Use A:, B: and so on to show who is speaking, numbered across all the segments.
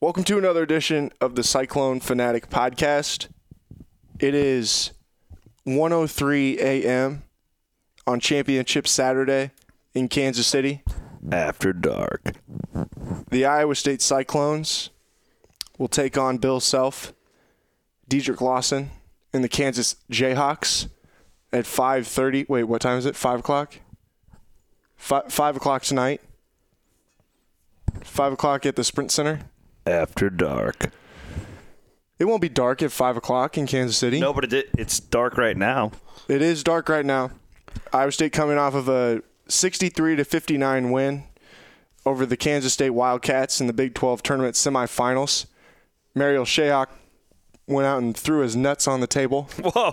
A: Welcome to another edition of the Cyclone Fanatic Podcast. It is 1:03 a.m. on Championship Saturday in Kansas City.
B: After dark.
A: The Iowa State Cyclones will take on Bill Self, Dedrick Lawson, and the Kansas Jayhawks at 5:30. Wait, what time is it? Five o'clock. Five, five o'clock tonight. Five o'clock at the Sprint Center.
B: After dark.
A: It won't be dark at five o'clock in Kansas City.
B: No, but it, it's dark right now.
A: It is dark right now. Iowa State coming off of a 63 to 59 win over the Kansas State Wildcats in the Big 12 tournament semifinals. Mariel Shayok went out and threw his nuts on the table.
B: Whoa.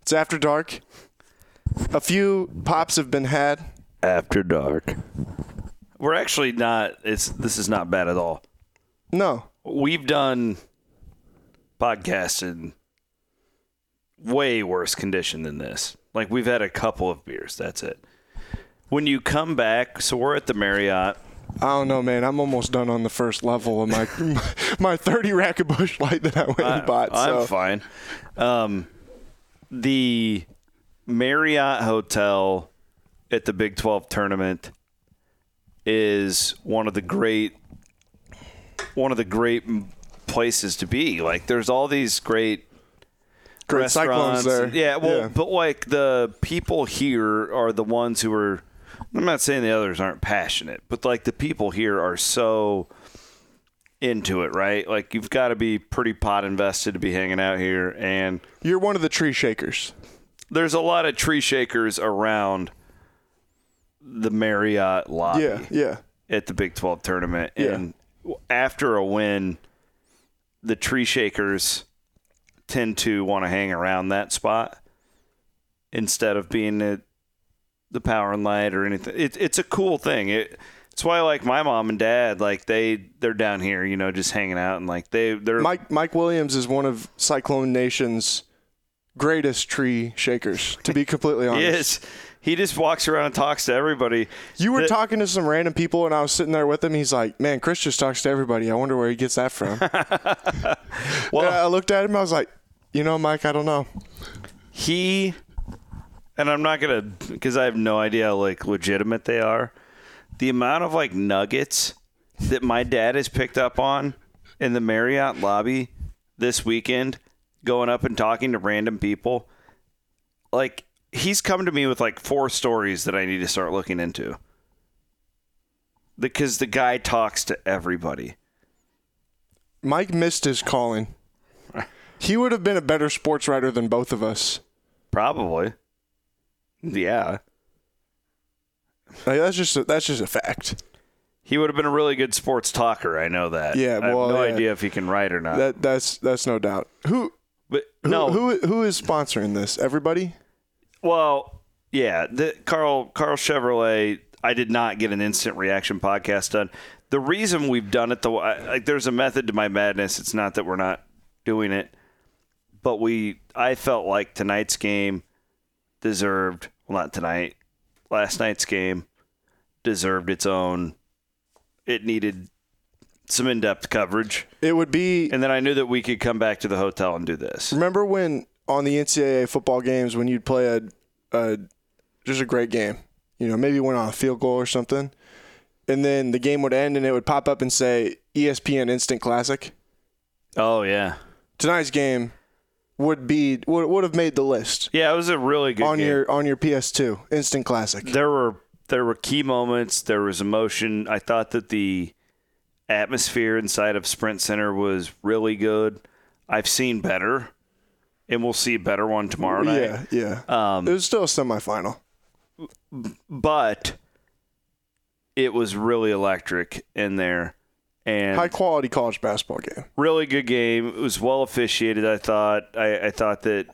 A: It's after dark. A few pops have been had.
B: After dark. We're actually not. It's this is not bad at all.
A: No,
B: We've done podcasts in way worse condition than this. Like we've had a couple of beers. That's it. When you come back, so we're at the Marriott.
A: I don't know, man. I'm almost done on the first level of my my 30 rack of bush light that I went and bought.
B: I'm
A: so
B: fine. Um, the Marriott Hotel at the Big 12 tournament is one of the great one of the great m- places to be. Like there's all these great
A: great
B: restaurants.
A: cyclones there.
B: Yeah, well,
A: yeah.
B: but like the people here are the ones who are. I'm not saying the others aren't passionate, but like the people here are so into it, right? Like you've got to be pretty pot invested to be hanging out here, and
A: you're one of the tree shakers.
B: there's a lot of tree shakers around the Marriott lobby
A: Yeah, yeah.
B: at the Big 12 tournament.
A: Yeah.
B: And w- after a win, the tree shakers tend to want to hang around that spot instead of being at the power and light or anything. It, it's a cool thing. It, it's why like my mom and dad, like they, they're down here, you know, just hanging out and like they, they're
A: Mike Mike Williams is one of Cyclone Nation's greatest tree shakers. To be completely honest,
B: he is. He just walks around and talks to everybody.
A: you were
B: The-
A: talking to some random people, and I was sitting there with him. He's like, "Man, Chris just talks to everybody. I wonder where he gets that from." well, I looked at him. I was like, "You know, Mike, I don't know."
B: he and i'm not gonna because i have no idea how like legitimate they are the amount of like nuggets that my dad has picked up on in the marriott lobby this weekend going up and talking to random people like he's come to me with like four stories that i need to start looking into because the guy talks to everybody
A: Mike missed his calling. He would have been a better sports writer than both of us.
B: probably yeah
A: Like, that's just a, that's just a fact.
B: He would have been a really good sports talker. I know that.
A: Yeah,
B: I have
A: well,
B: no
A: yeah.
B: idea if he can write or not.
A: That that's that's no doubt. Who,
B: but
A: who
B: Uh. no,
A: who who is sponsoring this? Everybody.
B: well, yeah, the Carl Carl Chevrolet. I did not get an instant reaction podcast done. The reason we've done it the wa- I- like, there's a method to my madness. It's not that we're not doing it, but we. I felt like tonight's game deserved. Well, not tonight. Last night's game deserved its own. It needed some in-depth coverage.
A: It would be
B: And then I knew that we could come back to the hotel and do this.
A: Remember when on the NCAA football games when you'd play a, a just a great game, you know, maybe went on a field goal or something, and then the game would end and it would pop up and say E ESPN Instant Classic.
B: Oh yeah,
A: Tonight's game would be would, would have made the list
B: yeah. It was a really good
A: on
B: game.
A: your on your PS2 Instant Classic.
B: there were there were key moments. There was emotion. I thought that the atmosphere inside of Sprint Center was really good. I've seen better, and we'll see a better one tomorrow night. Um,
A: Yeah, yeah. it was still a semifinal.
B: But it was really electric in there, and
A: High quality college basketball game.
B: really good game. It was well officiated. I thought. I, I thought that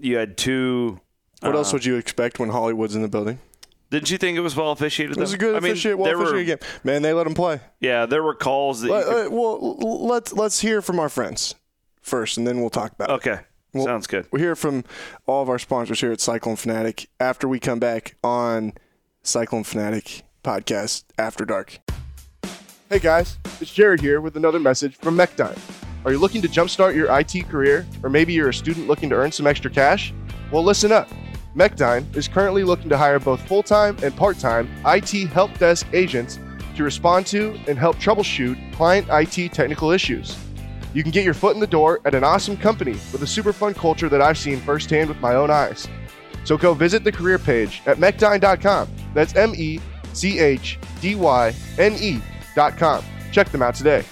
B: you had two
A: What
B: Uh,
A: else would you expect when Hollywood's in the building?
B: Didn't you think it was well officiated?
A: It was a good officiate, well officiated
B: were,
A: game. Man, they let him play.
B: Yeah, there were calls that. you
A: Uh,
B: could,
A: uh, well, l- l- let's let's hear from our friends first, and then we'll talk about it.
B: okay, sounds good.
A: We'll hear from all of our sponsors here at Cyclone Fanatic after we come back on Cyclone Fanatic podcast After Dark.
C: Hey guys, it's Jared here with another message from MechDime. Are you looking to jumpstart your IT career, or maybe you're a student looking to earn some extra cash? Well, listen up. MechDime is currently looking to hire both full time and part time IT help desk agents to respond to and help troubleshoot client IT technical issues. You can get your foot in the door at an awesome company with a super fun culture that I've seen firsthand with my own eyes. So go visit the career page at mechdyne.com. That's M E C H D Y N E.com. Check them out today.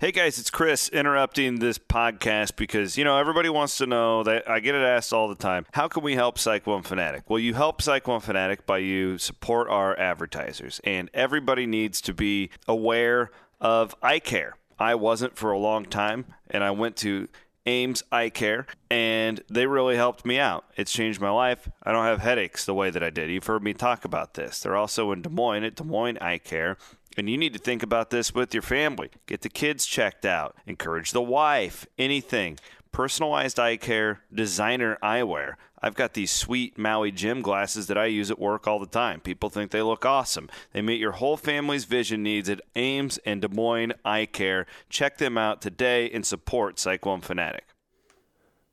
B: Hey guys, it's Chris interrupting this podcast because, you know, everybody wants to know that I get it asked all the time. How can we help Psych One Fanatic? Well, you help Psych One Fanatic by you support our advertisers, and everybody needs to be aware of eye care. I wasn't for a long time, and I went to Ames Eye Care, and they really helped me out. It's changed my life. I don't have headaches the way that I did. You've heard me talk about this. They're also in Des Moines at Des Moines Eye Care. And you need to think about this with your family. Get the kids checked out, encourage the wife, anything. Personalized eye care, designer eyewear. I've got these sweet Maui gym glasses that I use at work all the time. People think they look awesome. They meet your whole family's vision needs at Ames and Des Moines Eye Care. Check them out today and support Psych One Fanatic.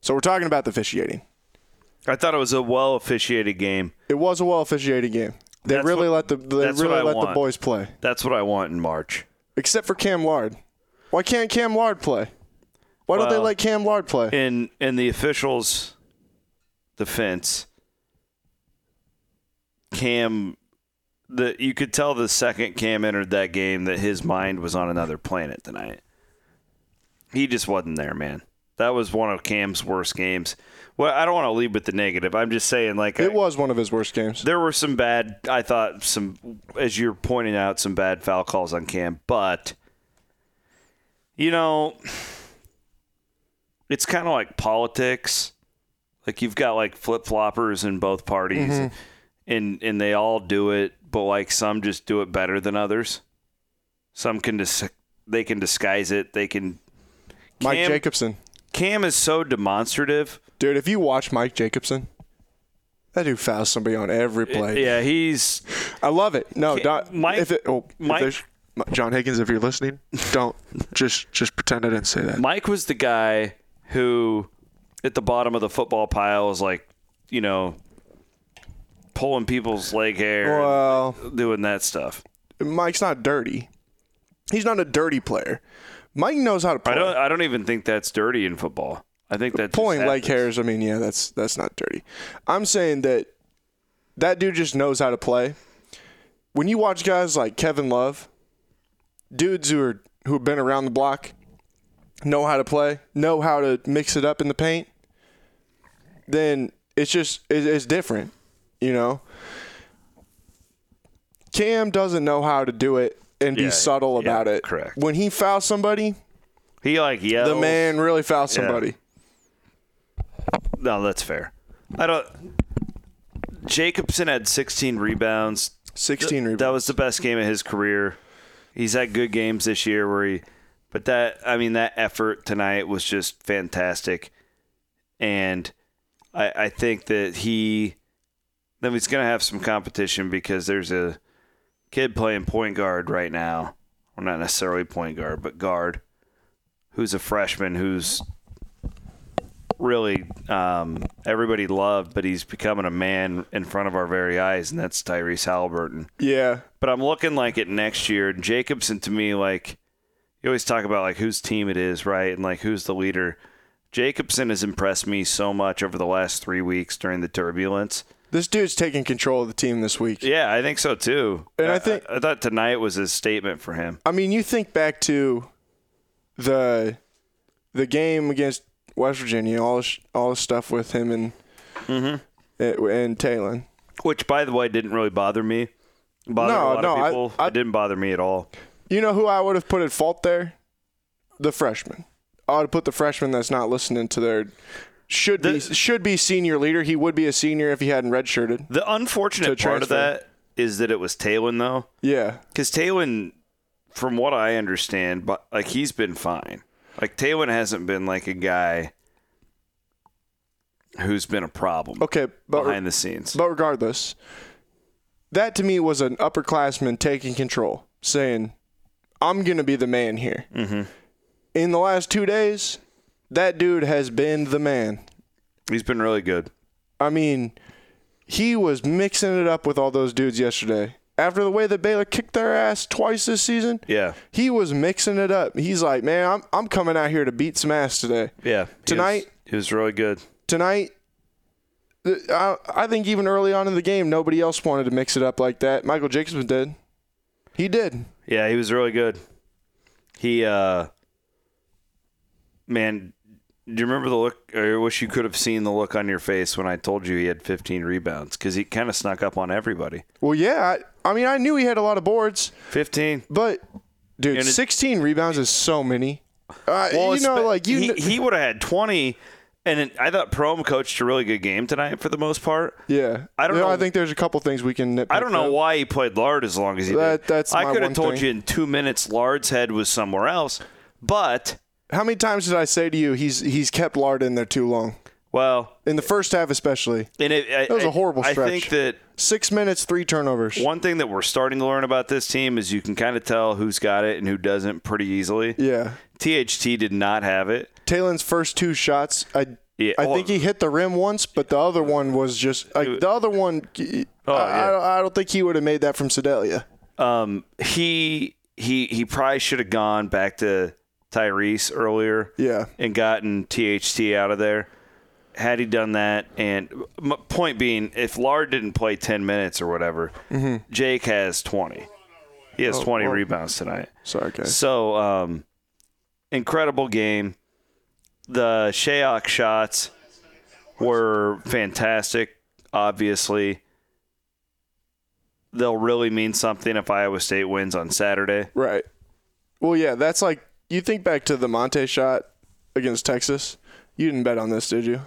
A: So we're talking about the officiating.
B: I thought it was a well officiated game.
A: It was a well officiated game. They
B: That's
A: really
B: what-
A: let the they
B: that's what I
A: really let the
B: want.
A: boys play,
B: That's what I want in March.
A: except for Cam Lard. Why can't Cam Lard play? Why don't they
B: Well,
A: let Cam Lard play?
B: in in the officials' defense, Cam, the you could tell the second Cam entered that game that his mind was on another planet tonight. He just wasn't there, man. That was one of Cam's worst games. Well, I don't want to lead with the negative. I'm just saying, like, I-
A: It was one of his worst games.
B: there were some bad. I thought some, as you're pointing out, some bad foul calls on Cam. But you know, it's kind of like politics. Like you've got like flip floppers in both parties, and and they all do it, but like some just do it better than others. Some can dis- they can disguise it. They can.
A: Mike
B: Cam-
A: Jacobson,
B: Cam is so demonstrative.
A: dude. If you watch Mike Jacobson, that dude fouls somebody on every play.
B: Yeah, he's
A: I love it. No,
B: Ca-
A: don't,
B: Mike-
A: If it, oh, if
B: Mike-
A: there's- John Higgins, if you're listening, don't just just pretend I didn't say that.
B: Mike was the guy who, at the bottom of the football pile, was like, you know, pulling people's leg hair,
A: Well, uh,
B: doing that stuff.
A: Mike's not dirty. He's not a dirty player. Mike knows how to play.
B: I don't. I don't even think that's dirty in football. I think that's
A: pulling leg hairs. I mean, yeah, that's that's not dirty. I'm saying that that dude just knows how to play. When you watch guys like Kevin Love, dudes who are who have been around the block, know how to play, know how to mix it up in the paint, then it's just it, it's different, you know. Cam doesn't know how to do it and
B: Yeah,
A: be subtle
B: yeah,
A: about it.
B: correct.
A: When he fouls somebody,
B: He like yells.
A: the man really fouls somebody.
B: No, that's fair. I don't. Jacobson had 16 rebounds.
A: 16 rebounds.
B: That was the best game of his career. He's had good games this year where he, but that I mean that effort tonight was just fantastic, and I I think that he, then he's gonna have some competition because there's a kid playing point guard right now, well not necessarily point guard but guard, who's a freshman who's really um, everybody loved, but he's becoming a man in front of our very eyes, and that's Tyrese Halliburton
A: Yeah.
B: but I'm looking like at next year. And Jacobson to me, like you always talk about, like whose team it is, right, and like who's the leader. Jacobson has impressed me so much over the last three weeks during the turbulence.
A: This dude's taking control of the team this week.
B: Yeah, I think so too.
A: And I think-
B: I, thought tonight was a statement for him.
A: I mean, you think back to the the game against West Virginia, all this, all this stuff with him and
B: Mm-hmm.
A: eh, and Talon.
B: Which, by the way, didn't really bother me. It Bothered
A: No,
B: a lot
A: no, I-
B: of people.
A: I-
B: it didn't bother me at all.
A: You know who I would have put at fault there? The freshman. I would have put the freshman that's not listening to their should be
B: The-
A: should be senior leader. He would be a senior if he hadn't redshirted.
B: The unfortunate
A: To
B: part of
A: transfer.
B: that is that it was Taylor though,
A: Yeah,
B: because Taylor, from what I understand, but like he's been fine. Like Taylor hasn't been like a guy who's been a problem
A: okay, but
B: behind the scenes.
A: But regardless, that to me was an upperclassman taking control, saying, I'm gonna be the man here. In the last two days, that dude has been the man.
B: He's been really good.
A: I mean, he was mixing it up with all those dudes yesterday. After the way that Baylor kicked their ass twice this season,
B: Yeah.
A: he was mixing it up. He's like, man, I'm I'm coming out here to beat some ass today.
B: Yeah. He was-
A: Tonight-
B: he was really good.
A: Tonight, th- I, I think even early on in the game, nobody else wanted to mix it up like that. Michael Jacobs did. He did.
B: Yeah, he was really good. He, uh, man, do you remember the look? I wish you could have seen the look on your face when I told you he had 15 rebounds because he kind of snuck up on everybody.
A: Well, yeah. I, I mean, I knew he had a lot of boards,
B: 15.
A: but dude,
B: And it-
A: 16 rebounds is so many. Uh,
B: Well,
A: you know,
B: it's-
A: like you.
B: he,
A: kn-
B: he would have had 20, and it, I thought Prom coached a really good game tonight for the most part.
A: yeah.
B: I don't
A: You
B: know-
A: I think there's a couple things we can. Nitpick
B: I don't know
A: though.
B: why he played Lard as long as he
A: That-
B: did.
A: that's
B: I
A: my
B: could have
A: one
B: told
A: thing.
B: you in two minutes Lard's head was somewhere else, but
A: How many times did I say to you he's he's kept Lard in there too long?
B: well,
A: In the first half, especially.
B: and it, I,
A: That was a
B: I-
A: horrible
B: I
A: stretch.
B: think that
A: Six minutes, three turnovers.
B: One thing that we're starting to learn about this team is you can kind of tell who's got it and who doesn't pretty easily.
A: Yeah.
B: THT did not have it.
A: Talon's first two shots, I
B: Yeah,
A: I
B: oh.
A: think he hit the rim once, but the other one was just like the other one. I,
B: Oh, yeah.
A: I, don't- I don't think he would have made that from Sedalia.
B: Um, he he he probably should have gone back to Tyrese earlier
A: Yeah.
B: and gotten THT out of there. Had he done that, and m- point being, if Lard didn't play ten minutes or whatever, Jake has twenty. He has twenty rebounds tonight.
A: Sorry, guys.
B: So, um, incredible game. The Shayok shots were fantastic, obviously. They'll really mean something if Iowa State wins on Saturday.
A: Right. Well, yeah, that's like you think back to the Monte shot against Texas. You didn't bet on this, did you?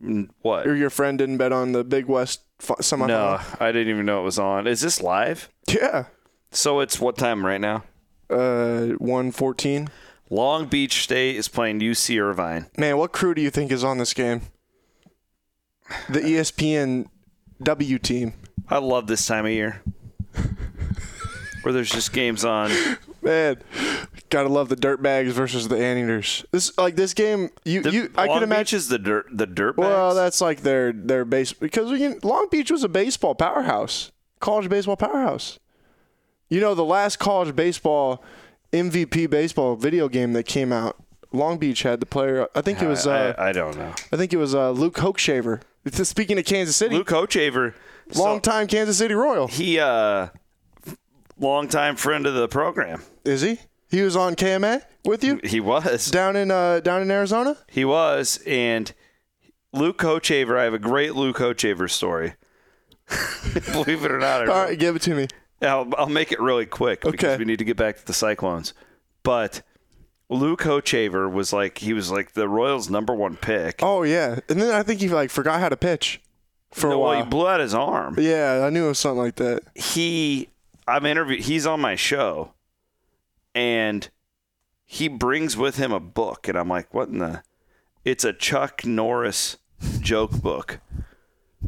B: Mm, What?
A: Or your friend didn't bet on the Big West fi- semifinal?
B: No, I didn't even know it was on. Is this live?
A: Yeah.
B: So it's what time right now?
A: Uh, one fourteen.
B: Long Beach State is playing UC Irvine.
A: Man, what crew do you think is on this game? The E ESPN W team.
B: I love this time of year where there's just games on.
A: Man, gotta love the dirt bags versus the anteaters. This like this game. You
B: The,
A: you I
B: Long
A: can
B: Beach
A: imagine.
B: is the dirt the dirt.
A: Well,
B: bags?
A: that's like their their base because we can, Long Beach was a baseball powerhouse, college baseball powerhouse. You know, the last college baseball MVP baseball video game that came out, Long Beach had the player. I think it was. Uh, I,
B: I, I don't know.
A: think it was uh, Luke Hochshaver. It's- Speaking of Kansas City,
B: Luke Hochaver,
A: long time Kansas City Royal.
B: he uh, longtime friend of the program.
A: Is he? He was on KMA with you
B: He was,
A: down in uh, down in Arizona.
B: he was, and Luke Hochaver. I have a great Luke Hochaver story. Believe it or not, I
A: All right, give it to me.
B: I'll, I'll make it really quick because
A: Okay.
B: we need to get back to the Cyclones. But Luke Hochaver was like he was like the Royals' number one pick.
A: Oh yeah, and then I think he like forgot how to pitch for a
B: well,
A: while.
B: he blew out his arm.
A: yeah, I knew it was something like that.
B: he I'm interview he's on my show and he brings with him a book and I'm like, what in the it's a Chuck Norris joke book.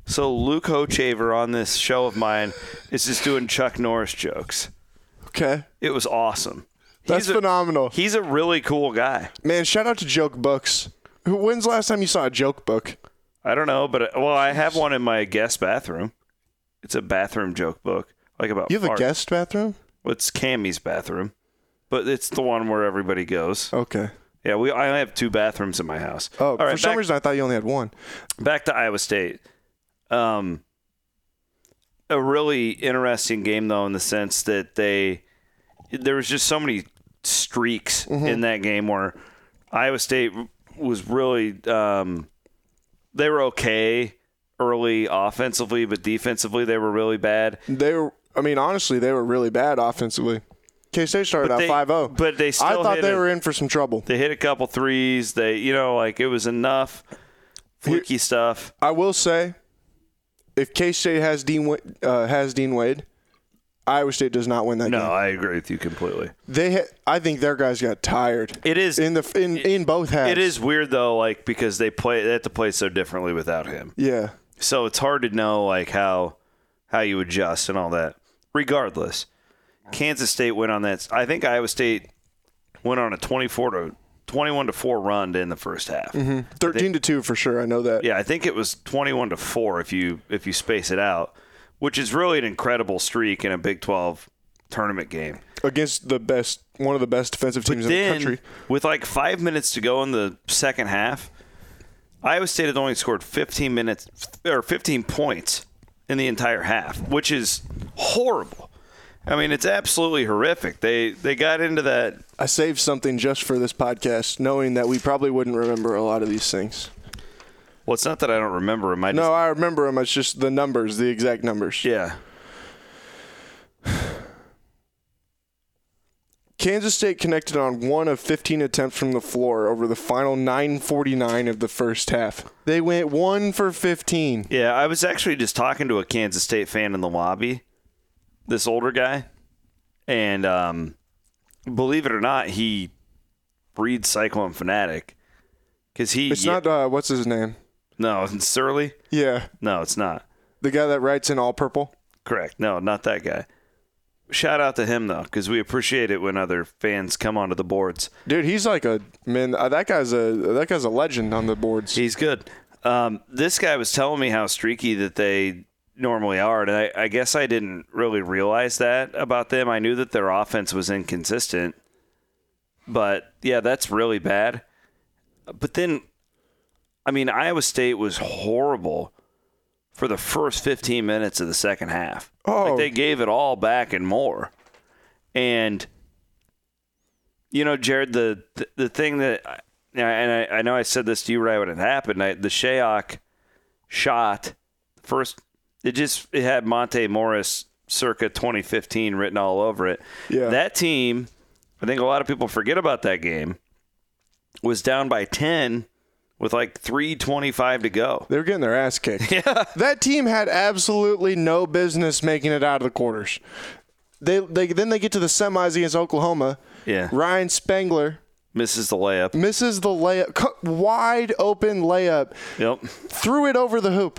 B: So Luke Hochaver on this show of mine is just doing Chuck Norris jokes.
A: Okay,
B: It was awesome.
A: that's
B: he's a,
A: phenomenal,
B: He's a really cool guy.
A: man. Shout out to joke books. Who- When's the last time you saw a joke book?
B: I don't know, but uh, well, I have one in my guest bathroom. It's a bathroom joke book, like about
A: You have a
B: farts.
A: guest bathroom?
B: Well, it's Cammy's bathroom, but it's the one where everybody goes.
A: Okay.
B: Yeah, we. I only have two bathrooms in my house.
A: Oh,
B: All
A: for
B: right,
A: some
B: back,
A: reason I thought you only had one.
B: back to Iowa State. Um, a really interesting game though, in the sense that they there was just so many streaks in that game where Iowa State was really um, they were okay early offensively, but defensively they were really bad.
A: They were. I mean, honestly, they were really bad offensively. K State started out
B: they-
A: 5-0.
B: but oh. they
A: I
B: still
A: thought
B: hit
A: they
B: a-
A: were in for some trouble.
B: They hit a couple threes. They, you know, like it was enough fluky stuff.
A: I will say, if K State has Dean Wa- uh, has Dean Wade, Iowa State does not win that
B: No,
A: game.
B: I agree with you completely.
A: They, ha- I think their guys got tired
B: It is
A: in the in in both halves.
B: it is weird though, like because they play they have to play so differently without him.
A: Yeah.
B: So it's hard to know like how how you adjust and all that. Regardless, Kansas State went on that. I think Iowa State went on a 24 to 21 to 4 run in the first half.
A: Thirteen to two for sure. I know that.
B: Yeah, I think it was 21 to 4 if you if you space it out, which is really an incredible streak in a Big 12 tournament game.
A: Against the best, one of the best defensive teams in the
B: Then
A: country.
B: with like 5 minutes to go in the second half, Iowa State had only scored 15 minutes or 15 points in the entire half, which is horrible. I mean, it's absolutely horrific. They they got into that
A: I saved something just for this podcast, knowing that we probably wouldn't remember a lot of these things.
B: Well, it's not that I don't remember them. I just,
A: No, I remember them. It's just the numbers, the exact numbers.
B: yeah.
A: Kansas State connected on one of 15 attempts from the floor over the final 9:49 of the first half. They went one for 15.
B: Yeah, I was actually just talking to a Kansas State fan in the lobby, this older guy, and um, believe it or not, he reads Cyclone Fanatic because he.
A: It's not uh, what's his name?
B: no it's Surly.
A: Yeah,
B: No, it's not
A: the guy that writes in all purple.
B: correct. No, not that guy. Shout out to him though, because we appreciate it when other fans come onto the boards.
A: Dude, he's like a man. Uh, that guy's a that guy's a legend on the boards.
B: He's good. Um, this guy was telling me how streaky that they normally are, and I, I guess I didn't really realize that about them. I knew that their offense was inconsistent, but yeah, that's really bad. But then, I mean, Iowa State was horrible for the first 15 minutes of the second half.
A: Oh.
B: Like they gave it all back and more. And you know, Jared, the the, the thing that, I- and I, I know I said this to you right when it happened. I, the Shayok shot first. It just it had Monte Morris circa 2015 written all over it.
A: Yeah.
B: that team. I think a lot of people forget about that game. Was down by 10 with like 325 to go.
A: They were getting their ass kicked. Yeah. That team had absolutely no business making it out of the quarters. They, they then they get to the semis against Oklahoma.
B: Yeah.
A: Ryan Spangler
B: Misses the layup.
A: misses the layup, cu- wide open layup,
B: Yep.
A: threw it over the hoop.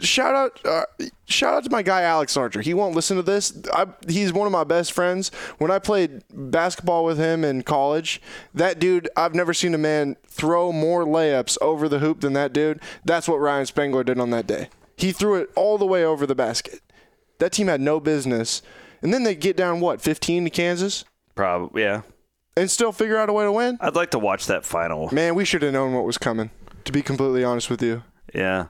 A: Shout out, uh, shout out to my guy Alex Archer. He won't listen to this. I, he's one of my best friends. When I played basketball with him in college, that dude, I've never seen a man throw more layups over the hoop than that dude. That's what Ryan Spangler did on that day. He threw it all the way over the basket. That team had no business. And then they get down what, 15 to Kansas,
B: Probably. Yeah.
A: and still figure out a way to win.
B: I'd like to watch that final.
A: Man, we should have known what was coming. To be completely honest with you,
B: Yeah.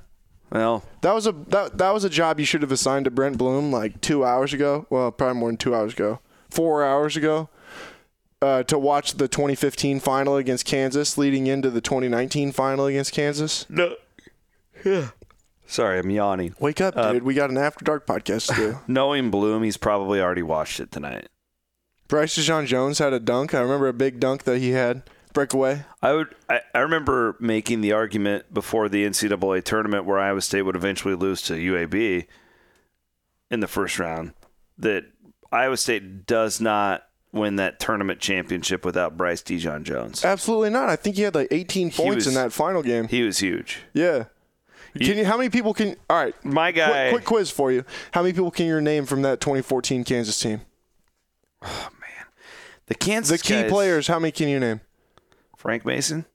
B: Well,
A: that was a that, that was a job you should have assigned to Brent Bloom like two hours ago. Well, probably more than two hours ago, four hours ago, uh, to watch the 2015 final against Kansas, leading into the 2019 final against Kansas.
B: no. Sorry, I'm yawning.
A: Wake up,
B: Uh,
A: dude! We got an after dark podcast to do.
B: Knowing Bloom, he's probably already watched it tonight.
A: Bryce John Jones had a dunk. I remember a big dunk that he had breakaway.
B: I would. I, I remember making the argument before the NCAA tournament where Iowa State would eventually lose to UAB in the first round. That Iowa State does not win that tournament championship without Bryce Dijon Jones.
A: Absolutely not. I think he had like 18 points
B: was-
A: in that final game.
B: He was huge.
A: yeah. Can you? How many people can? All right.
B: My
A: Quick,
B: guy.
A: quick quiz for you. How many people can you name from that 2014 Kansas team?
B: the Kansas
A: The key
B: guys-
A: players, how many can you name?
B: Frank Mason.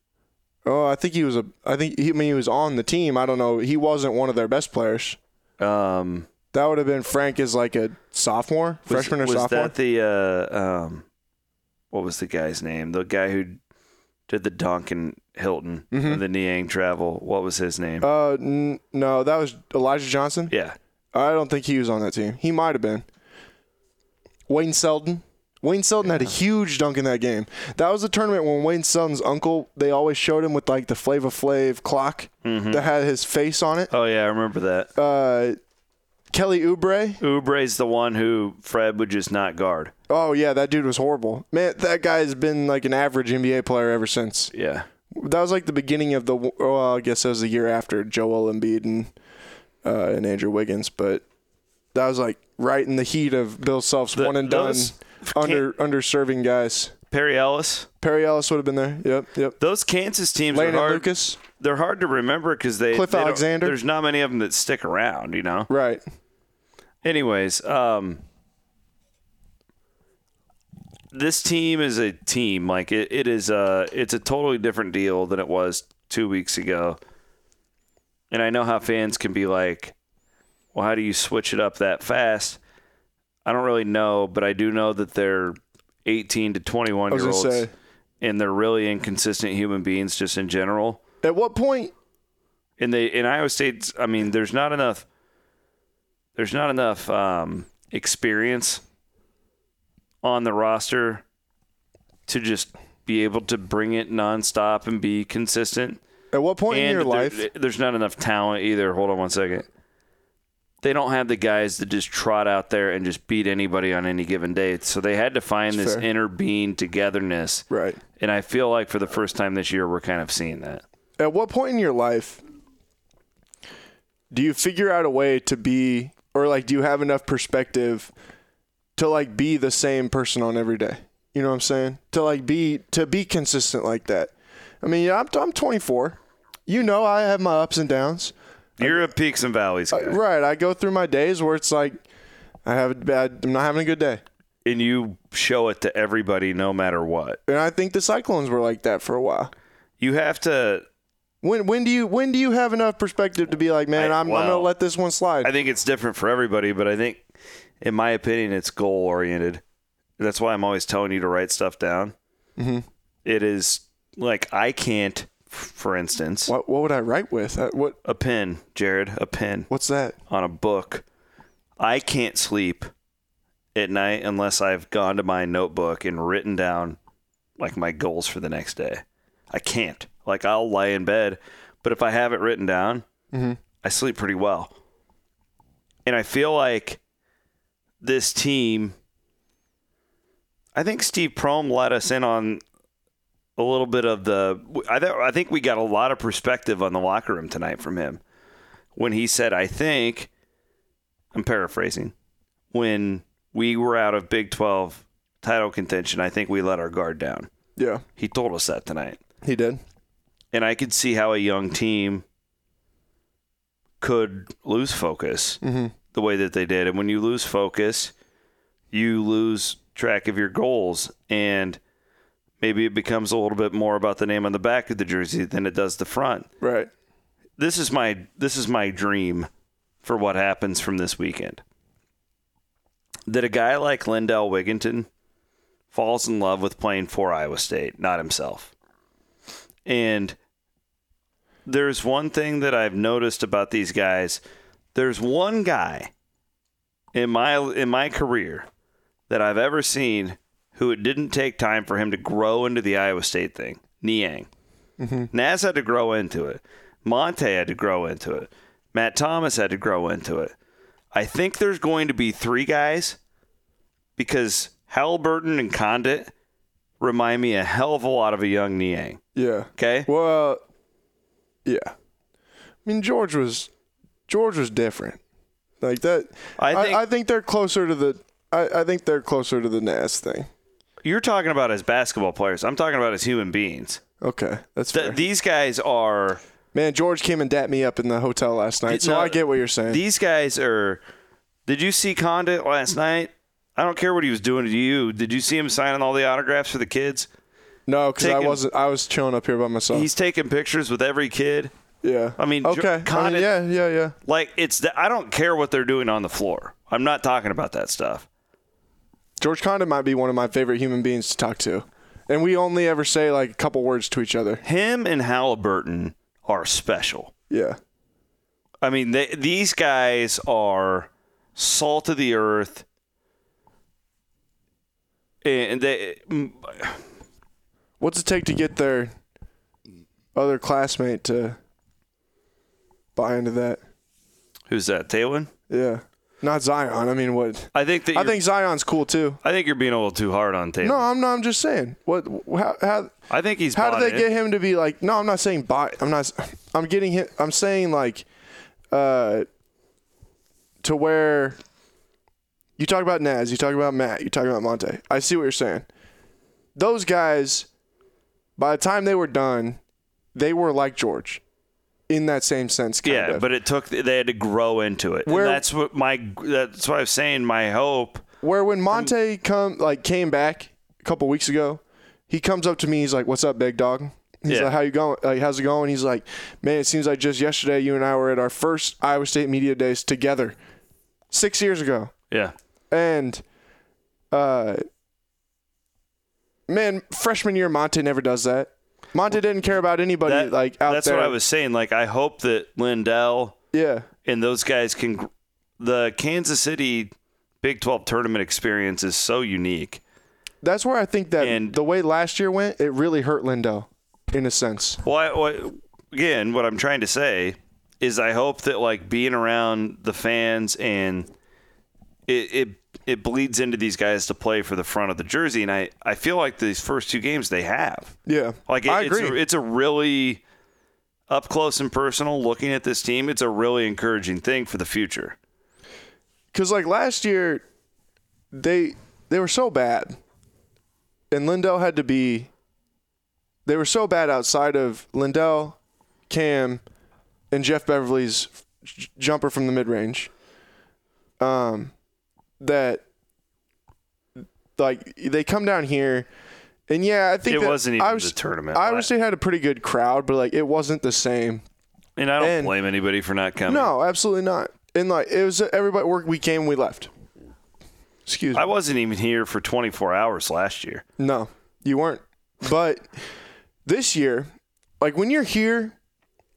A: Oh, I think he was a. I think he, I mean he was on the team. I don't know. He wasn't one of their best players.
B: Um,
A: That would have been Frank as like a sophomore,
B: was-
A: freshman or
B: was
A: sophomore.
B: that the uh, um, what was the guy's name? The guy who did the dunk in Hilton, the Niang travel. What was his name?
A: Mm-hmm. uh, n- no, that was Elijah Johnson.
B: yeah,
A: I don't think he was on that team. He might have been. Wayne Selden. Wayne Selden had a huge dunk in that game. That was the tournament when Wayne Selden's uncle. They always showed him with like the Flava Flav clock
B: Mm-hmm.
A: that had his face on it.
B: Oh yeah, I remember that.
A: Uh, Kelly Oubre.
B: Oubre's the one who Fred would just not guard.
A: Oh yeah, that dude was horrible. Man, that guy has been like an average NBA player ever since.
B: Yeah.
A: That was like the beginning of the. Well, I guess that was the year after Joel Embiid and uh, and Andrew Wiggins, but that was like right in the heat of Bill Self's one and done,
B: those
A: under underserving guys.
B: Perry Ellis.
A: Perry Ellis would have been there. Yep, yep.
B: Those Kansas teams are
A: Landon
B: hard.
A: Lucas.
B: They're hard to remember because they.
A: Cliff
B: they don't-
A: Alexander.
B: There's not many of them that stick around, you know.
A: Right.
B: Anyways, um, this team is a team. Like it, it is a it's a totally different deal than it was two weeks ago. And I know how fans can be like, well, how do you switch it up that fast? I don't really know, but I do know that they're 18 to 21
A: I was
B: year
A: gonna
B: olds,
A: say.
B: and they're really inconsistent human beings just in general
A: At what point?
B: in the in Iowa State's I mean, there's not enough there's not enough um, experience on the roster to just be able to bring it nonstop and be consistent.
A: At what point in
B: and
A: your
B: there-
A: life?
B: there's not enough talent either. Hold on one second. They don't have the guys that just trot out there and just beat anybody on any given day. So they had to find this
A: fair.
B: inner being togetherness.
A: Right.
B: And I feel like for the first time this year, we're kind of seeing that.
A: At what point in your life do you figure out a way to be, or like, do you have enough perspective to like be the same person on every day? You know what I'm saying? To like be to be consistent like that. I mean, yeah, I'm I'm 24. You know, I have my ups and downs. Uh,
B: You're a peaks and valleys guy.
A: Right. I go through my days where it's like I have a bad. I'm not having a good day.
B: and you show it to everybody no matter what.
A: And I think the Cyclones were like that for a while.
B: You have to
A: When when do you when do you have enough perspective to be like, man,
B: I-
A: I'm, I'm gonna
B: well,
A: let this one slide?
B: I think it's different for everybody, but I think in my opinion it's goal oriented. That's why I'm always telling you to write stuff down. It is like I can't for instance
A: what what would I write with? Uh, What
B: a pen, Jared, a pen
A: what's that?
B: on a book. I can't sleep at night unless I've gone to my notebook and written down like my goals for the next day. I can't. Like I'll lie in bed, but if I have it written down, I sleep pretty well. And I feel like this team I think Steve Prohm let us in on a little bit of the I th- I think we got a lot of perspective on the locker room tonight from him when he said, I think, I'm paraphrasing, when we were out of Big 12 title contention, I think we let our guard down.
A: Yeah,
B: He told us that tonight.
A: he did.
B: And I could see how a young team could lose focus the way that they did. And when you lose focus, you lose track of your goals. And maybe it becomes a little bit more about the name on the back of the jersey than it does the front
A: Right.
B: this is my this is my dream for what happens from this weekend. That a guy like Lindell Wigginton falls in love with playing for Iowa State, not himself. And there's one thing that I've noticed about these guys. There's one guy in my in my career that I've ever seen who it didn't take time for him to grow into the Iowa State thing. Niang. Nas had to grow into it. Monte had to grow into it. Matt Thomas had to grow into it. I think there's going to be three guys because Halliburton and Condit remind me a hell of a lot of a young Niang.
A: Yeah.
B: Okay.
A: Well, yeah. I mean, George was George was different. Like that.
B: I think-
A: I, think they're closer to the. I, I think they're closer to the Nas thing.
B: You're talking about as basketball players. I'm talking about as human beings.
A: Okay, that's
B: Th-
A: fair.
B: These guys are.
A: man. George came and dapped me up in the hotel last night, so
B: No,
A: I get what you're saying.
B: These guys are. Did you see Condit last night? I don't care what he was doing to you. Did you see him signing all the autographs for the kids?
A: no, because I
B: taking-
A: wasn't. I was chilling up here by myself.
B: He's taking pictures with every kid.
A: yeah.
B: I mean, Ge-
A: okay. I mean,
B: Condit-
A: yeah, yeah, yeah.
B: Like it's the, I don't care what they're doing on the floor. I'm not talking about that stuff.
A: George Condon might be one of my favorite human beings to talk to. And we only ever say like a couple words to each other.
B: Him and Halliburton are special.
A: Yeah.
B: I mean, they, these guys are salt of the earth, and they mm,
A: What's it take to get their other classmate to buy into that?
B: who's that? Taylor?
A: Yeah. Not Zion. I mean, what?
B: I think that
A: I
B: you're-
A: think Zion's cool too.
B: I think you're being a little too hard on Taylor.
A: No, I'm not. I'm just saying. What? How? How?
B: I think he's.
A: How
B: bought
A: did they get
B: in.
A: him to be like? No, I'm not saying buy. I'm not. I'm getting him. I'm saying like, uh, to where you talk about Naz, you talk about Matt, you talk about Monte. I see what you're saying. Those guys, by the time they were done, they were like George, in that same sense. Kind
B: Yeah,
A: of.
B: but it took. They had to grow into it. And
A: Where-
B: that's what my. That's why I'm saying my hope.
A: where when Monte come like came back a couple weeks ago. He comes up to me. He's like, "What's up, big dog?" He's
B: Yeah.
A: like, "How you going? Like, how's it going?" He's like, "Man, it seems like just yesterday you and I were at our first Iowa State media days together, six years ago."
B: Yeah.
A: And, uh, man, freshman year Monte never does that. Monte didn't care about anybody
B: That-
A: like out
B: That's
A: there.
B: what I was saying. Like, I hope that Lindell
A: Yeah,
B: and those guys can. gr- The Kansas City Big 12 tournament experience is so unique.
A: that's where I think that
B: And-
A: the way last year went, it really hurt Lindo, in a sense.
B: Well, I, well, again, what I'm trying to say is I hope that like being around the fans and it it, it bleeds into these guys to play for the front of the jersey, and I I feel like these first two games they have
A: Yeah,
B: like it,
A: I
B: it's
A: agree.
B: a, it's a really up close and personal looking at this team. It's a really encouraging thing for the future.
A: Because like last year, they they were so bad, and Lindell had to be. They were so bad outside of Lindell, Cam, and Jeff Beverly's j- jumper from the mid range. Um, that like they come down here, and yeah, I think
B: It
A: that
B: wasn't even
A: Iowa
B: the
A: St-
B: tournament.
A: Iowa State had a pretty good crowd, but like it wasn't the same.
B: and I don't
A: and-
B: blame anybody for not coming.
A: No, absolutely not. And like it was everybody worked. We came, we left. Excuse me.
B: I wasn't even here for 24 hours last year.
A: No, you weren't. But this year, like when you're here,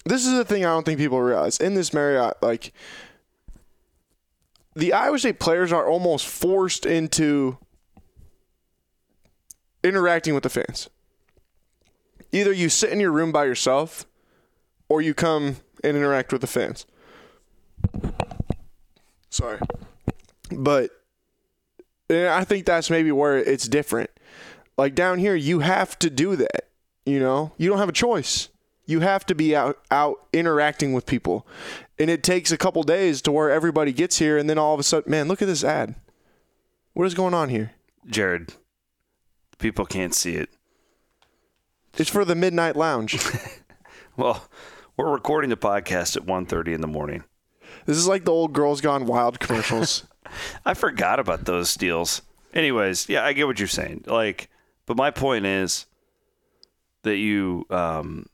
A: this is the thing I don't think people realize. In this Marriott, like the Iowa State players are almost forced into interacting with the fans. Either you sit in your room by yourself or you come and interact with the fans. Sorry. But and I think that's maybe where it's different. Like down here, you have to do that. You know, you don't have a choice. You have to be out out interacting with people, and it takes a couple days to where everybody gets here, and then all of a sudden, man, look at this ad. What is going on here?
B: Jared, people can't see it.
A: It's for the Midnight Lounge.
B: Well, we're recording the podcast at 1.30 in the morning.
A: this is like the old Girls Gone Wild commercials.
B: I forgot about those deals. Anyways, yeah, I get what you're saying. Like, but my point is that you, um,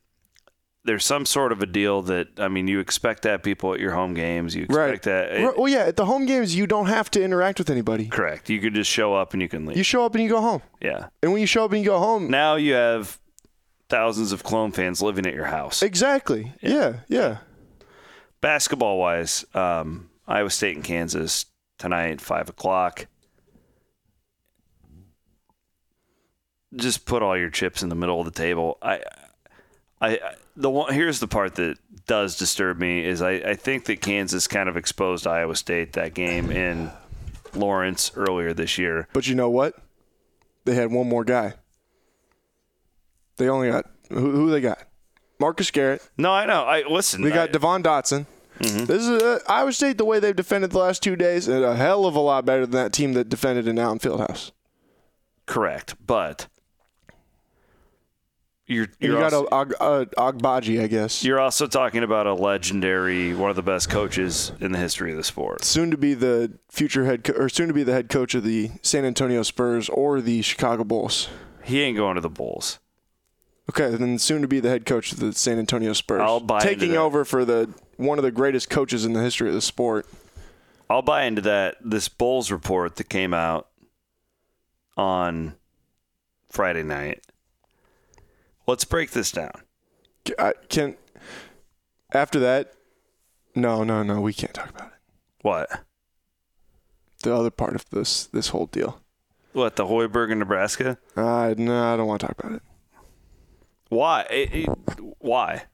B: there's some sort of a deal that I mean, you expect that people at your home games, you expect
A: Right.
B: that. it-
A: Right, well, yeah, at the home games, you don't have to interact with anybody.
B: correct. You could just show up and you can leave.
A: You show up and you go home,
B: yeah.
A: and when you show up and you go home,
B: Now you have thousands of clone fans living at your house.
A: exactly. Yeah, yeah.
B: basketball wise, um, Iowa State and Kansas tonight, five o'clock. Just put all your chips in the middle of the table. I, I, I the one here's the part that does disturb me is I, I think that Kansas kind of exposed Iowa State that game in Lawrence earlier this year.
A: But you know what? They had one more guy. They only got who, who they got? Marcus Garrett.
B: No, I know. I listen.
A: They
B: I-
A: got Devon Dotson.
B: Mm-hmm.
A: This is uh, Iowa State. The way they've defended the last two days, is a hell of a lot better than that team that defended in Allen Fieldhouse.
B: correct, but you're
A: And
B: you're
A: you got
B: also-
A: a, a, Ogbaji, I guess,
B: You're also talking about a legendary, one of the best coaches in the history of the sport.
A: soon to be the future head co- or soon to be the head coach of the San Antonio Spurs or the Chicago Bulls.
B: He ain't going to the Bulls.
A: Okay, then soon to be the head coach of the San Antonio Spurs,
B: I'll buy into
A: taking
B: that.
A: over for the one of the greatest coaches in the history of the sport.
B: I'll buy into that. This Bulls report that came out on Friday night. Let's break this down.
A: I can after that no no no we can't talk about it
B: What?
A: the other part of this this whole deal
B: What, the Hoiberg in Nebraska?
A: uh, no i don't want to talk about it
B: Why? It- it- why?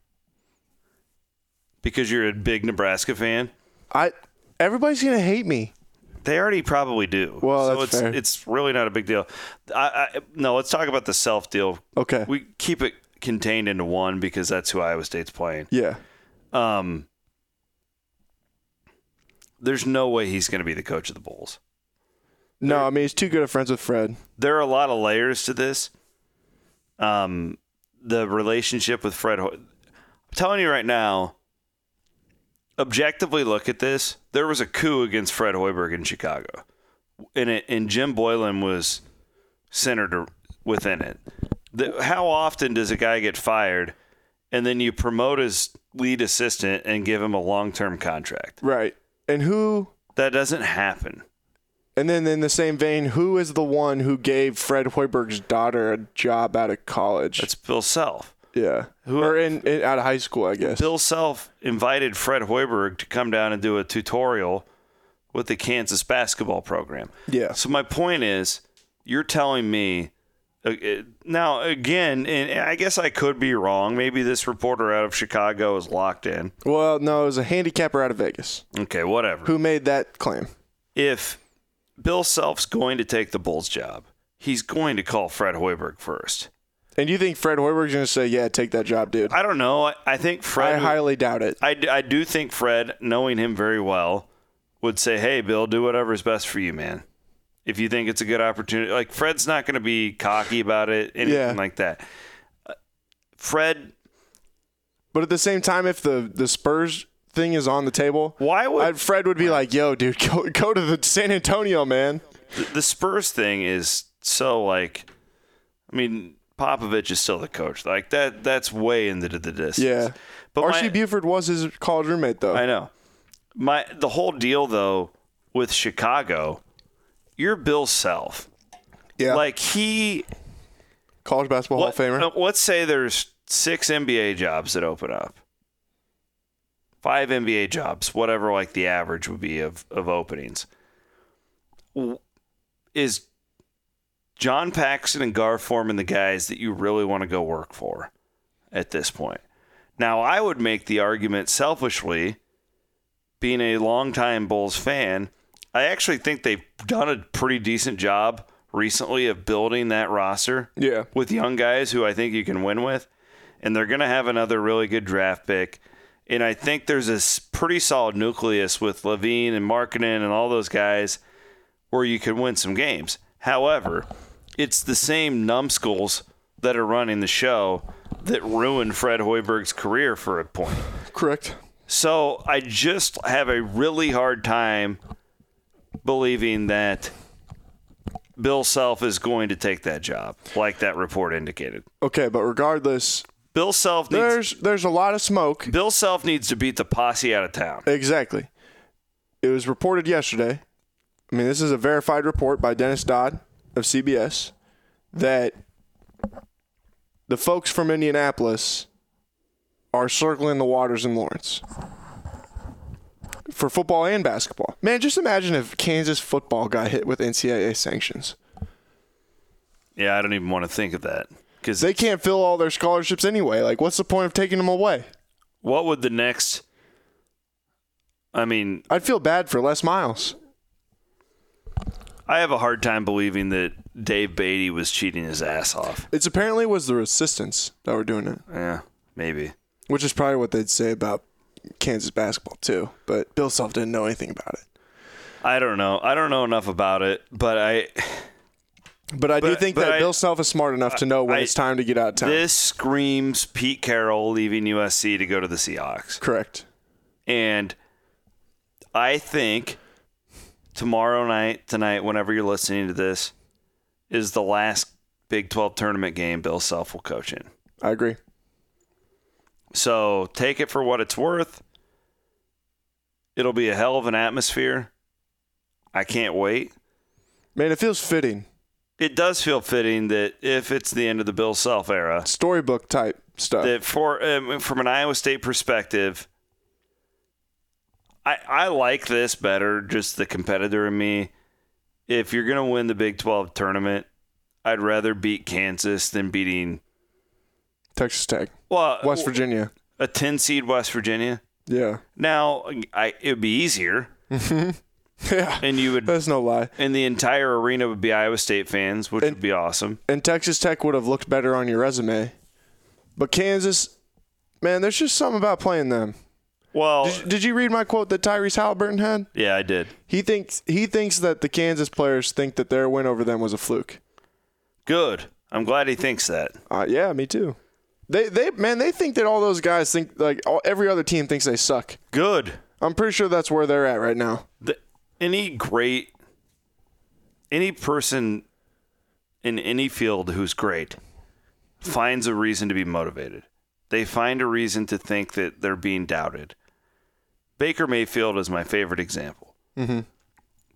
B: Because you're a big Nebraska fan?
A: i everybody's gonna hate me
B: They already probably do.
A: Well,
B: so
A: that's
B: it's
A: fair.
B: it's really not a big deal. I, I no, let's talk about the self deal.
A: Okay.
B: we keep it contained into one because that's who Iowa State's playing.
A: yeah
B: Um, there's no way he's going to be the coach of the Bulls.
A: no i mean he's too good of friends with fred
B: There are a lot of layers to this. Um, the relationship with Fred. Ho- I'm telling you right now. Objectively, look at this. There was a coup against Fred Hoiberg in Chicago, and it and Jim Boylan was centered ar- within it. The, how often does a guy get fired and then you promote his lead assistant and give him a long term contract?
A: Right. And who
B: That doesn't happen.
A: and then in the same vein, who is the one who gave Fred Hoiberg's daughter a job out of college?
B: That's Bill Self.
A: yeah.
B: Who-
A: or in, in out of high school, I guess.
B: Bill Self invited Fred Hoiberg to come down and do a tutorial with the Kansas basketball program.
A: Yeah.
B: So my point is, you're telling me uh, uh, now again, and I guess I could be wrong. Maybe this reporter out of Chicago is locked in.
A: Well, no, it was a handicapper out of Vegas
B: Okay, whatever.
A: who made that claim.
B: If Bill Self's going to take the Bulls job, he's going to call Fred Hoiberg first.
A: And you think Fred Hoiberg's going to say, "Yeah, take that job, dude"?
B: I don't know. I, I think Fred.
A: I
B: would-
A: highly doubt it.
B: I, d- I do think Fred, knowing him very well, would say, "Hey, Bill, do whatever's best for you, man. If you think it's a good opportunity, like Fred's not going to be cocky about it, anything
A: Yeah.
B: like that." Uh, Fred,
A: But at the same time, if the the Spurs thing is on the table,
B: why would
A: I, Fred would be like, "Yo, dude, go go to the San Antonio, man."
B: the Spurs thing is so like? I mean, Popovich is still the coach. Like that. That's way into the distance.
A: Yeah.
B: but
A: RC
B: my-
A: Buford was his college roommate, though.
B: I know. My the whole deal though with Chicago, you're Bill Self.
A: yeah,
B: Like he
A: college basketball
B: What-
A: Hall of Famer.
B: uh, let's say there's six NBA jobs that open up, five NBA jobs, whatever like the average would be of of openings. W- Is John Paxson and Gar Forman the guys that you really want to go work for at this point? Now, I would make the argument selfishly, being a longtime Bulls fan, I actually think they've done a pretty decent job recently of building that roster
A: yeah,
B: with young guys who I think you can win with, and they're going to have another really good draft pick. And I think there's a s- pretty solid nucleus with Levine and Markkinen and all those guys where you could win some games. However, it's the same numbskulls that are running the show that ruined Fred Hoiberg's career for a point.
A: correct.
B: So I just have a really hard time believing that Bill Self is going to take that job, like that report indicated.
A: Okay, but regardless,
B: Bill Self needs
A: there's there's a lot of smoke.
B: Bill Self needs to beat the posse out of town.
A: Exactly. It was reported yesterday. I mean, this is a verified report by Dennis Dodd of CBS that the folks from Indianapolis are circling the waters in Lawrence for football and basketball. Man, just imagine if Kansas football got hit with NCAA sanctions.
B: Yeah, I don't even want to think of that because
A: They can't fill all their scholarships anyway. Like, what's the point of taking them away?
B: what would the next? I mean,
A: I'd feel bad for Les Miles.
B: I have a hard time believing that Dave Beatty was cheating his ass off.
A: It's apparently was the resistance that were doing it.
B: Yeah, maybe.
A: which is probably what they'd say about Kansas basketball too. But Bill Self didn't know anything about it.
B: I don't know. I don't know enough about it, but I
A: But I do
B: But-
A: think
B: but
A: that
B: I-
A: Bill Self is smart enough to know when
B: I-
A: it's time to get out of town.
B: This screams Pete Carroll leaving USC to go to the Seahawks.
A: Correct.
B: And I think tomorrow night, tonight, whenever you're listening to this, is the last Big 12 tournament game Bill Self will coach in.
A: I agree.
B: So take it for what it's worth. It'll be a hell of an atmosphere. I can't wait.
A: Man, it feels fitting.
B: It does feel fitting that if it's the end of the Bill Self era,
A: Storybook type stuff.
B: that for um, from an Iowa State perspective, I I like this better. Just the competitor in me. If you're gonna win the Big Twelve tournament, I'd rather beat Kansas than beating
A: Texas Tech,
B: Uh, well
A: West Virginia.
B: a ten seed West Virginia.
A: Yeah.
B: Now I it'd be easier,
A: Yeah.
B: and you would
A: That's no lie.
B: and the entire arena would be Iowa State fans, which would be awesome.
A: And Texas Tech would have looked better on your resume. But Kansas, man, there's just something about playing them.
B: Well,
A: Did, did you read my quote that Tyrese Halliburton had?
B: yeah, I did.
A: He thinks he thinks that the Kansas players think that their win over them was a fluke.
B: Good. I'm glad he thinks that.
A: Uh, yeah, me too. They they man, they think that all those guys think like all, every other team thinks they suck.
B: Good.
A: I'm pretty sure that's where they're at right now.
B: the, any great any person in any field who's great finds a reason to be motivated. They find a reason to think that they're being doubted. Baker Mayfield is my favorite example.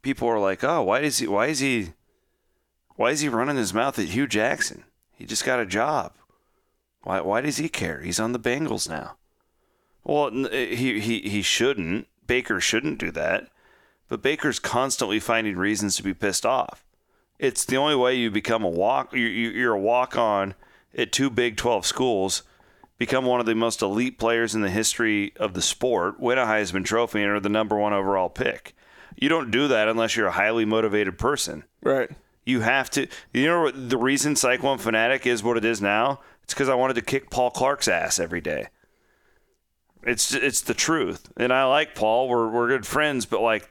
B: People are like, "Oh, why does he? Why is he? Why is he running his mouth at Hugh Jackson? He just got a job. Why? Why does he care? He's on the Bengals now. Well, n- eh, he he he shouldn't. Baker shouldn't do that. But Baker's constantly finding reasons to be pissed off. It's the only way you become a walk. you- you- You're a walk on at two Big 12 schools, become one of the most elite players in the history of the sport, win a Heisman Trophy, and are the number one overall pick. You don't do that unless you're a highly motivated person.
A: Right.
B: You have to. You know what the reason Cyclone Fanatic is what it is now? It's because I wanted to kick Paul Clark's ass every day. It's it's the truth, and I like Paul. We're we're good friends, but like,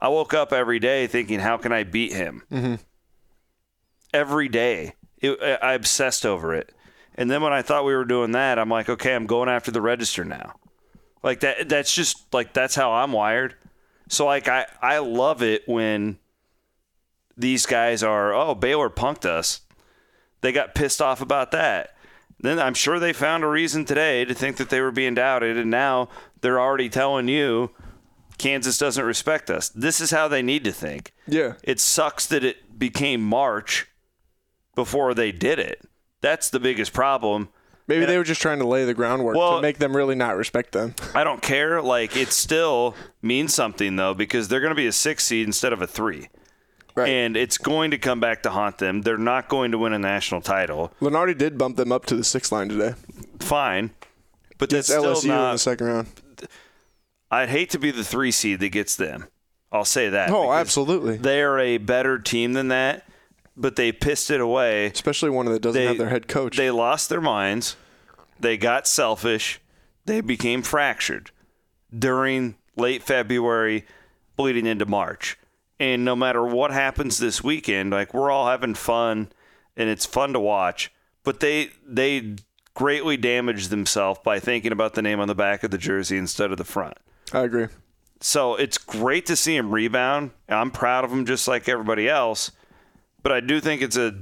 B: I woke up every day thinking, how can I beat him? Every day, it, I I obsessed over it, and then when I thought we were doing that, I'm like, okay, I'm going after the register now. Like that. That's just like that's how I'm wired. So like I I love it when these guys are, oh, Baylor punked us. They got pissed off about that. Then I'm sure they found a reason today to think that they were being doubted, and now they're already telling you Kansas doesn't respect us. This is how they need to think.
A: Yeah.
B: It sucks that it became March before they did it. That's the biggest problem.
A: Maybe they were just trying to lay the groundwork
B: Well-
A: to make them really not respect them.
B: I don't care. Like it still means something though, because they're going to be a six seed instead of a three,
A: Right.
B: and it's going to come back to haunt them. They're not going to win a national title.
A: Lenardi did bump them up to the sixth line today.
B: Fine, but that's
A: It's
B: still
A: LSU in the
B: not.
A: second round.
B: I'd hate to be the three seed that gets them. I'll say that.
A: Oh,
B: because
A: absolutely.
B: They are a better team than that, but they pissed it away.
A: Especially one that doesn't
B: They
A: have their head coach.
B: They lost their minds. They got selfish. They became fractured during late February, bleeding into March. And no matter what happens this weekend, like we're all having fun and it's fun to watch, but they they greatly damaged themselves by thinking about the name on the back of the jersey instead of the front.
A: I agree.
B: So it's great to see him rebound. I'm proud of him just like everybody else. But I do think it's a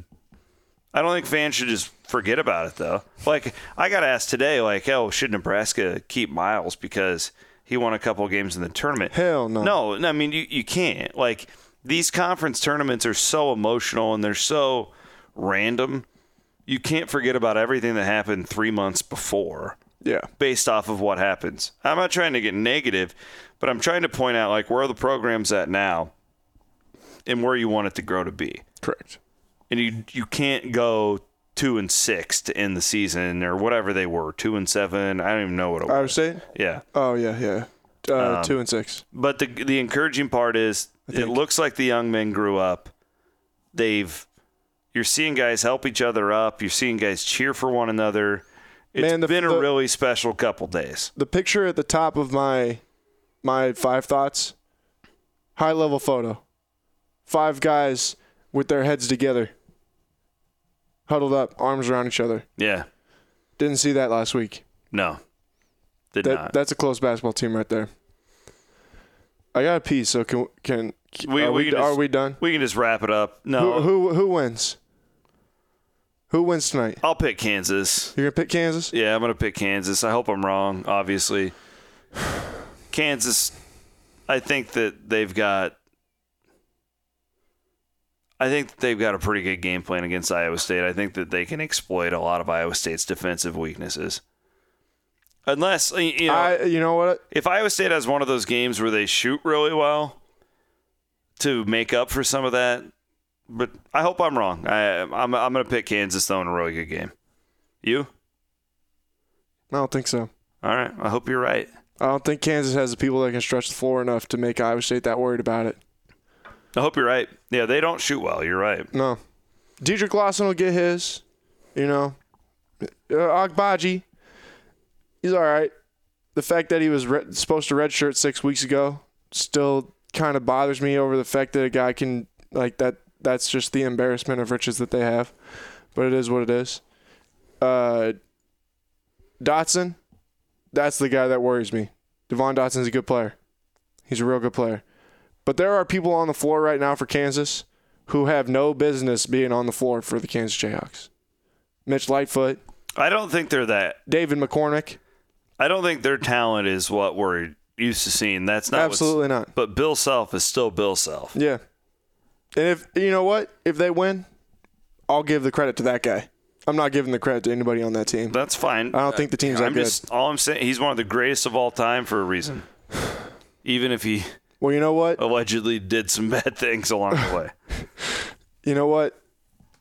B: I don't think fans should just forget about it though. Like I got asked today, like, oh, should Nebraska keep Miles because he won a couple games in the tournament?
A: Hell no.
B: No, no, I mean you, you can't. Like these conference tournaments are so emotional and they're so random. You can't forget about everything that happened three months before
A: Yeah.
B: based off of what happens. I'm not trying to get negative, but I'm trying to point out like where are the programs at now and where you want it to grow to be.
A: Correct.
B: And you you can't go two and six to end the season or whatever they were, two and seven. I don't even know what it
A: Iowa
B: was.
A: State?
B: Yeah.
A: Oh, yeah, yeah. Uh,
B: Um,
A: two and six.
B: But the the encouraging part is it looks like the young men grew up. They've you're seeing guys help each other up. You're seeing guys cheer for one another. It's
A: Man, the-
B: been a
A: the-
B: really special couple days.
A: The picture at the top of my my five thoughts, high level photo. Five guys with their heads together, huddled up, arms around each other.
B: Yeah.
A: Didn't see that last week.
B: No. Did
A: That
B: not.
A: that's a close basketball team right there. I got a piece, so can can
B: We-
A: are,
B: we
A: we,
B: can
A: are
B: just-
A: we done?
B: We can just wrap it up. No,
A: Who, who who wins? Who wins tonight?
B: I'll pick Kansas.
A: You're gonna pick Kansas.
B: Yeah, I'm gonna pick Kansas. I hope I'm wrong. Obviously, Kansas. I think that they've got. I think that they've got a pretty good game plan against Iowa State. I think that they can exploit a lot of Iowa State's defensive weaknesses. Unless you know,
A: I you know what?
B: if Iowa State has one of those games where they shoot really well to make up for some of that, but I hope I'm wrong. I, I'm I'm going to pick Kansas though in a really good game. You?
A: I don't think so.
B: All right. I hope you're right.
A: I don't think Kansas has the people that can stretch the floor enough to make Iowa State that worried about it.
B: I hope you're right. Yeah, they don't shoot well. You're right.
A: No. Dedrick Lawson will get his. You know, uh, Agbaji, he's all right. The fact that he was re- supposed to redshirt six weeks ago still kind of bothers me over the fact that a guy can like that. That's just the embarrassment of riches that they have. But it is what it is. Uh, Dotson, that's the guy that worries me. Devon Dotson's a good player. He's a real good player. But there are people on the floor right now for Kansas who have no business being on the floor for the Kansas Jayhawks. Mitch Lightfoot,
B: I don't think they're that.
A: David McCormick.
B: I don't think their talent is what we're used to seeing. That's not what's-
A: Absolutely not.
B: But Bill Self is still Bill Self.
A: Yeah. And if you know what, if they win, I'll give the credit to that guy. I'm not giving the credit to anybody on that team.
B: That's fine.
A: I don't think the team's
B: uh, I'm
A: that good.
B: just all I'm saying. He's one of the greatest of all time for a reason. Even if he
A: well, you know
B: Oh.
A: what?
B: allegedly did some bad things along the way.
A: You know what?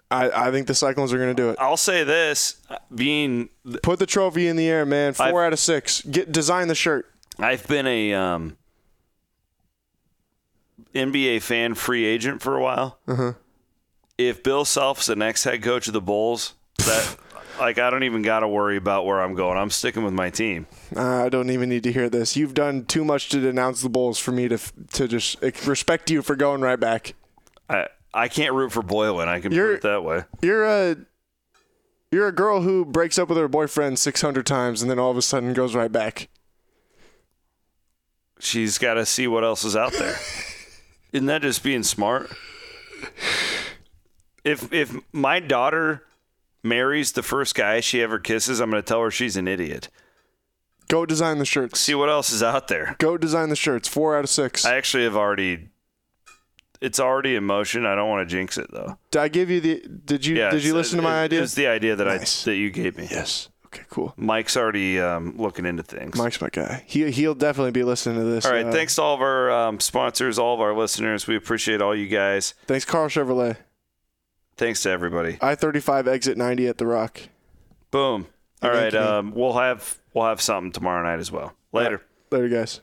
A: I, I think the Cyclones are going to do it.
B: I'll say this: being
A: Put the trophy in the air, man. 4
B: I've-
A: out of six. Get design the shirt.
B: I've been a um, NBA fan free agent for a while. If Bill Self's the next head coach of the Bulls, that like I don't even got to worry about where I'm going. I'm sticking with my team.
A: Uh, I don't even need to hear this. You've done too much to denounce the Bulls for me to f- to just ex- respect you for going right back.
B: I I can't root for Boylan. I can
A: You're-
B: put it that way.
A: You're a you're a girl who breaks up with her boyfriend 600 times and then all of a sudden goes right back.
B: She's got to see what else is out there. Isn't that just being smart? If if my daughter marries the first guy she ever kisses, I'm going to tell her she's an idiot.
A: Go design the shirts.
B: See what else is out there.
A: Go design the shirts. Four out of six.
B: I actually have already. It's already in motion. I don't want to jinx it though.
A: did I give you the? Did you?
B: Yeah.
A: did you
B: it's-
A: listen to
B: it-
A: my idea?
B: It's the idea that
A: Nice.
B: I that you gave me.
A: yes. Okay. Cool.
B: Mike's already um, looking into things.
A: Mike's my guy. He he'll definitely be listening to this.
B: all right.
A: uh,
B: thanks to all of our um, sponsors, all of our listeners. We appreciate all you guys.
A: Thanks, Carl Chevrolet.
B: Thanks to everybody.
A: I thirty five exit ninety at the Rock.
B: Boom. All
A: Thank
B: right. uh,
A: you.
B: Um, we'll have we'll have something tomorrow night as well. Later.
A: Later, guys.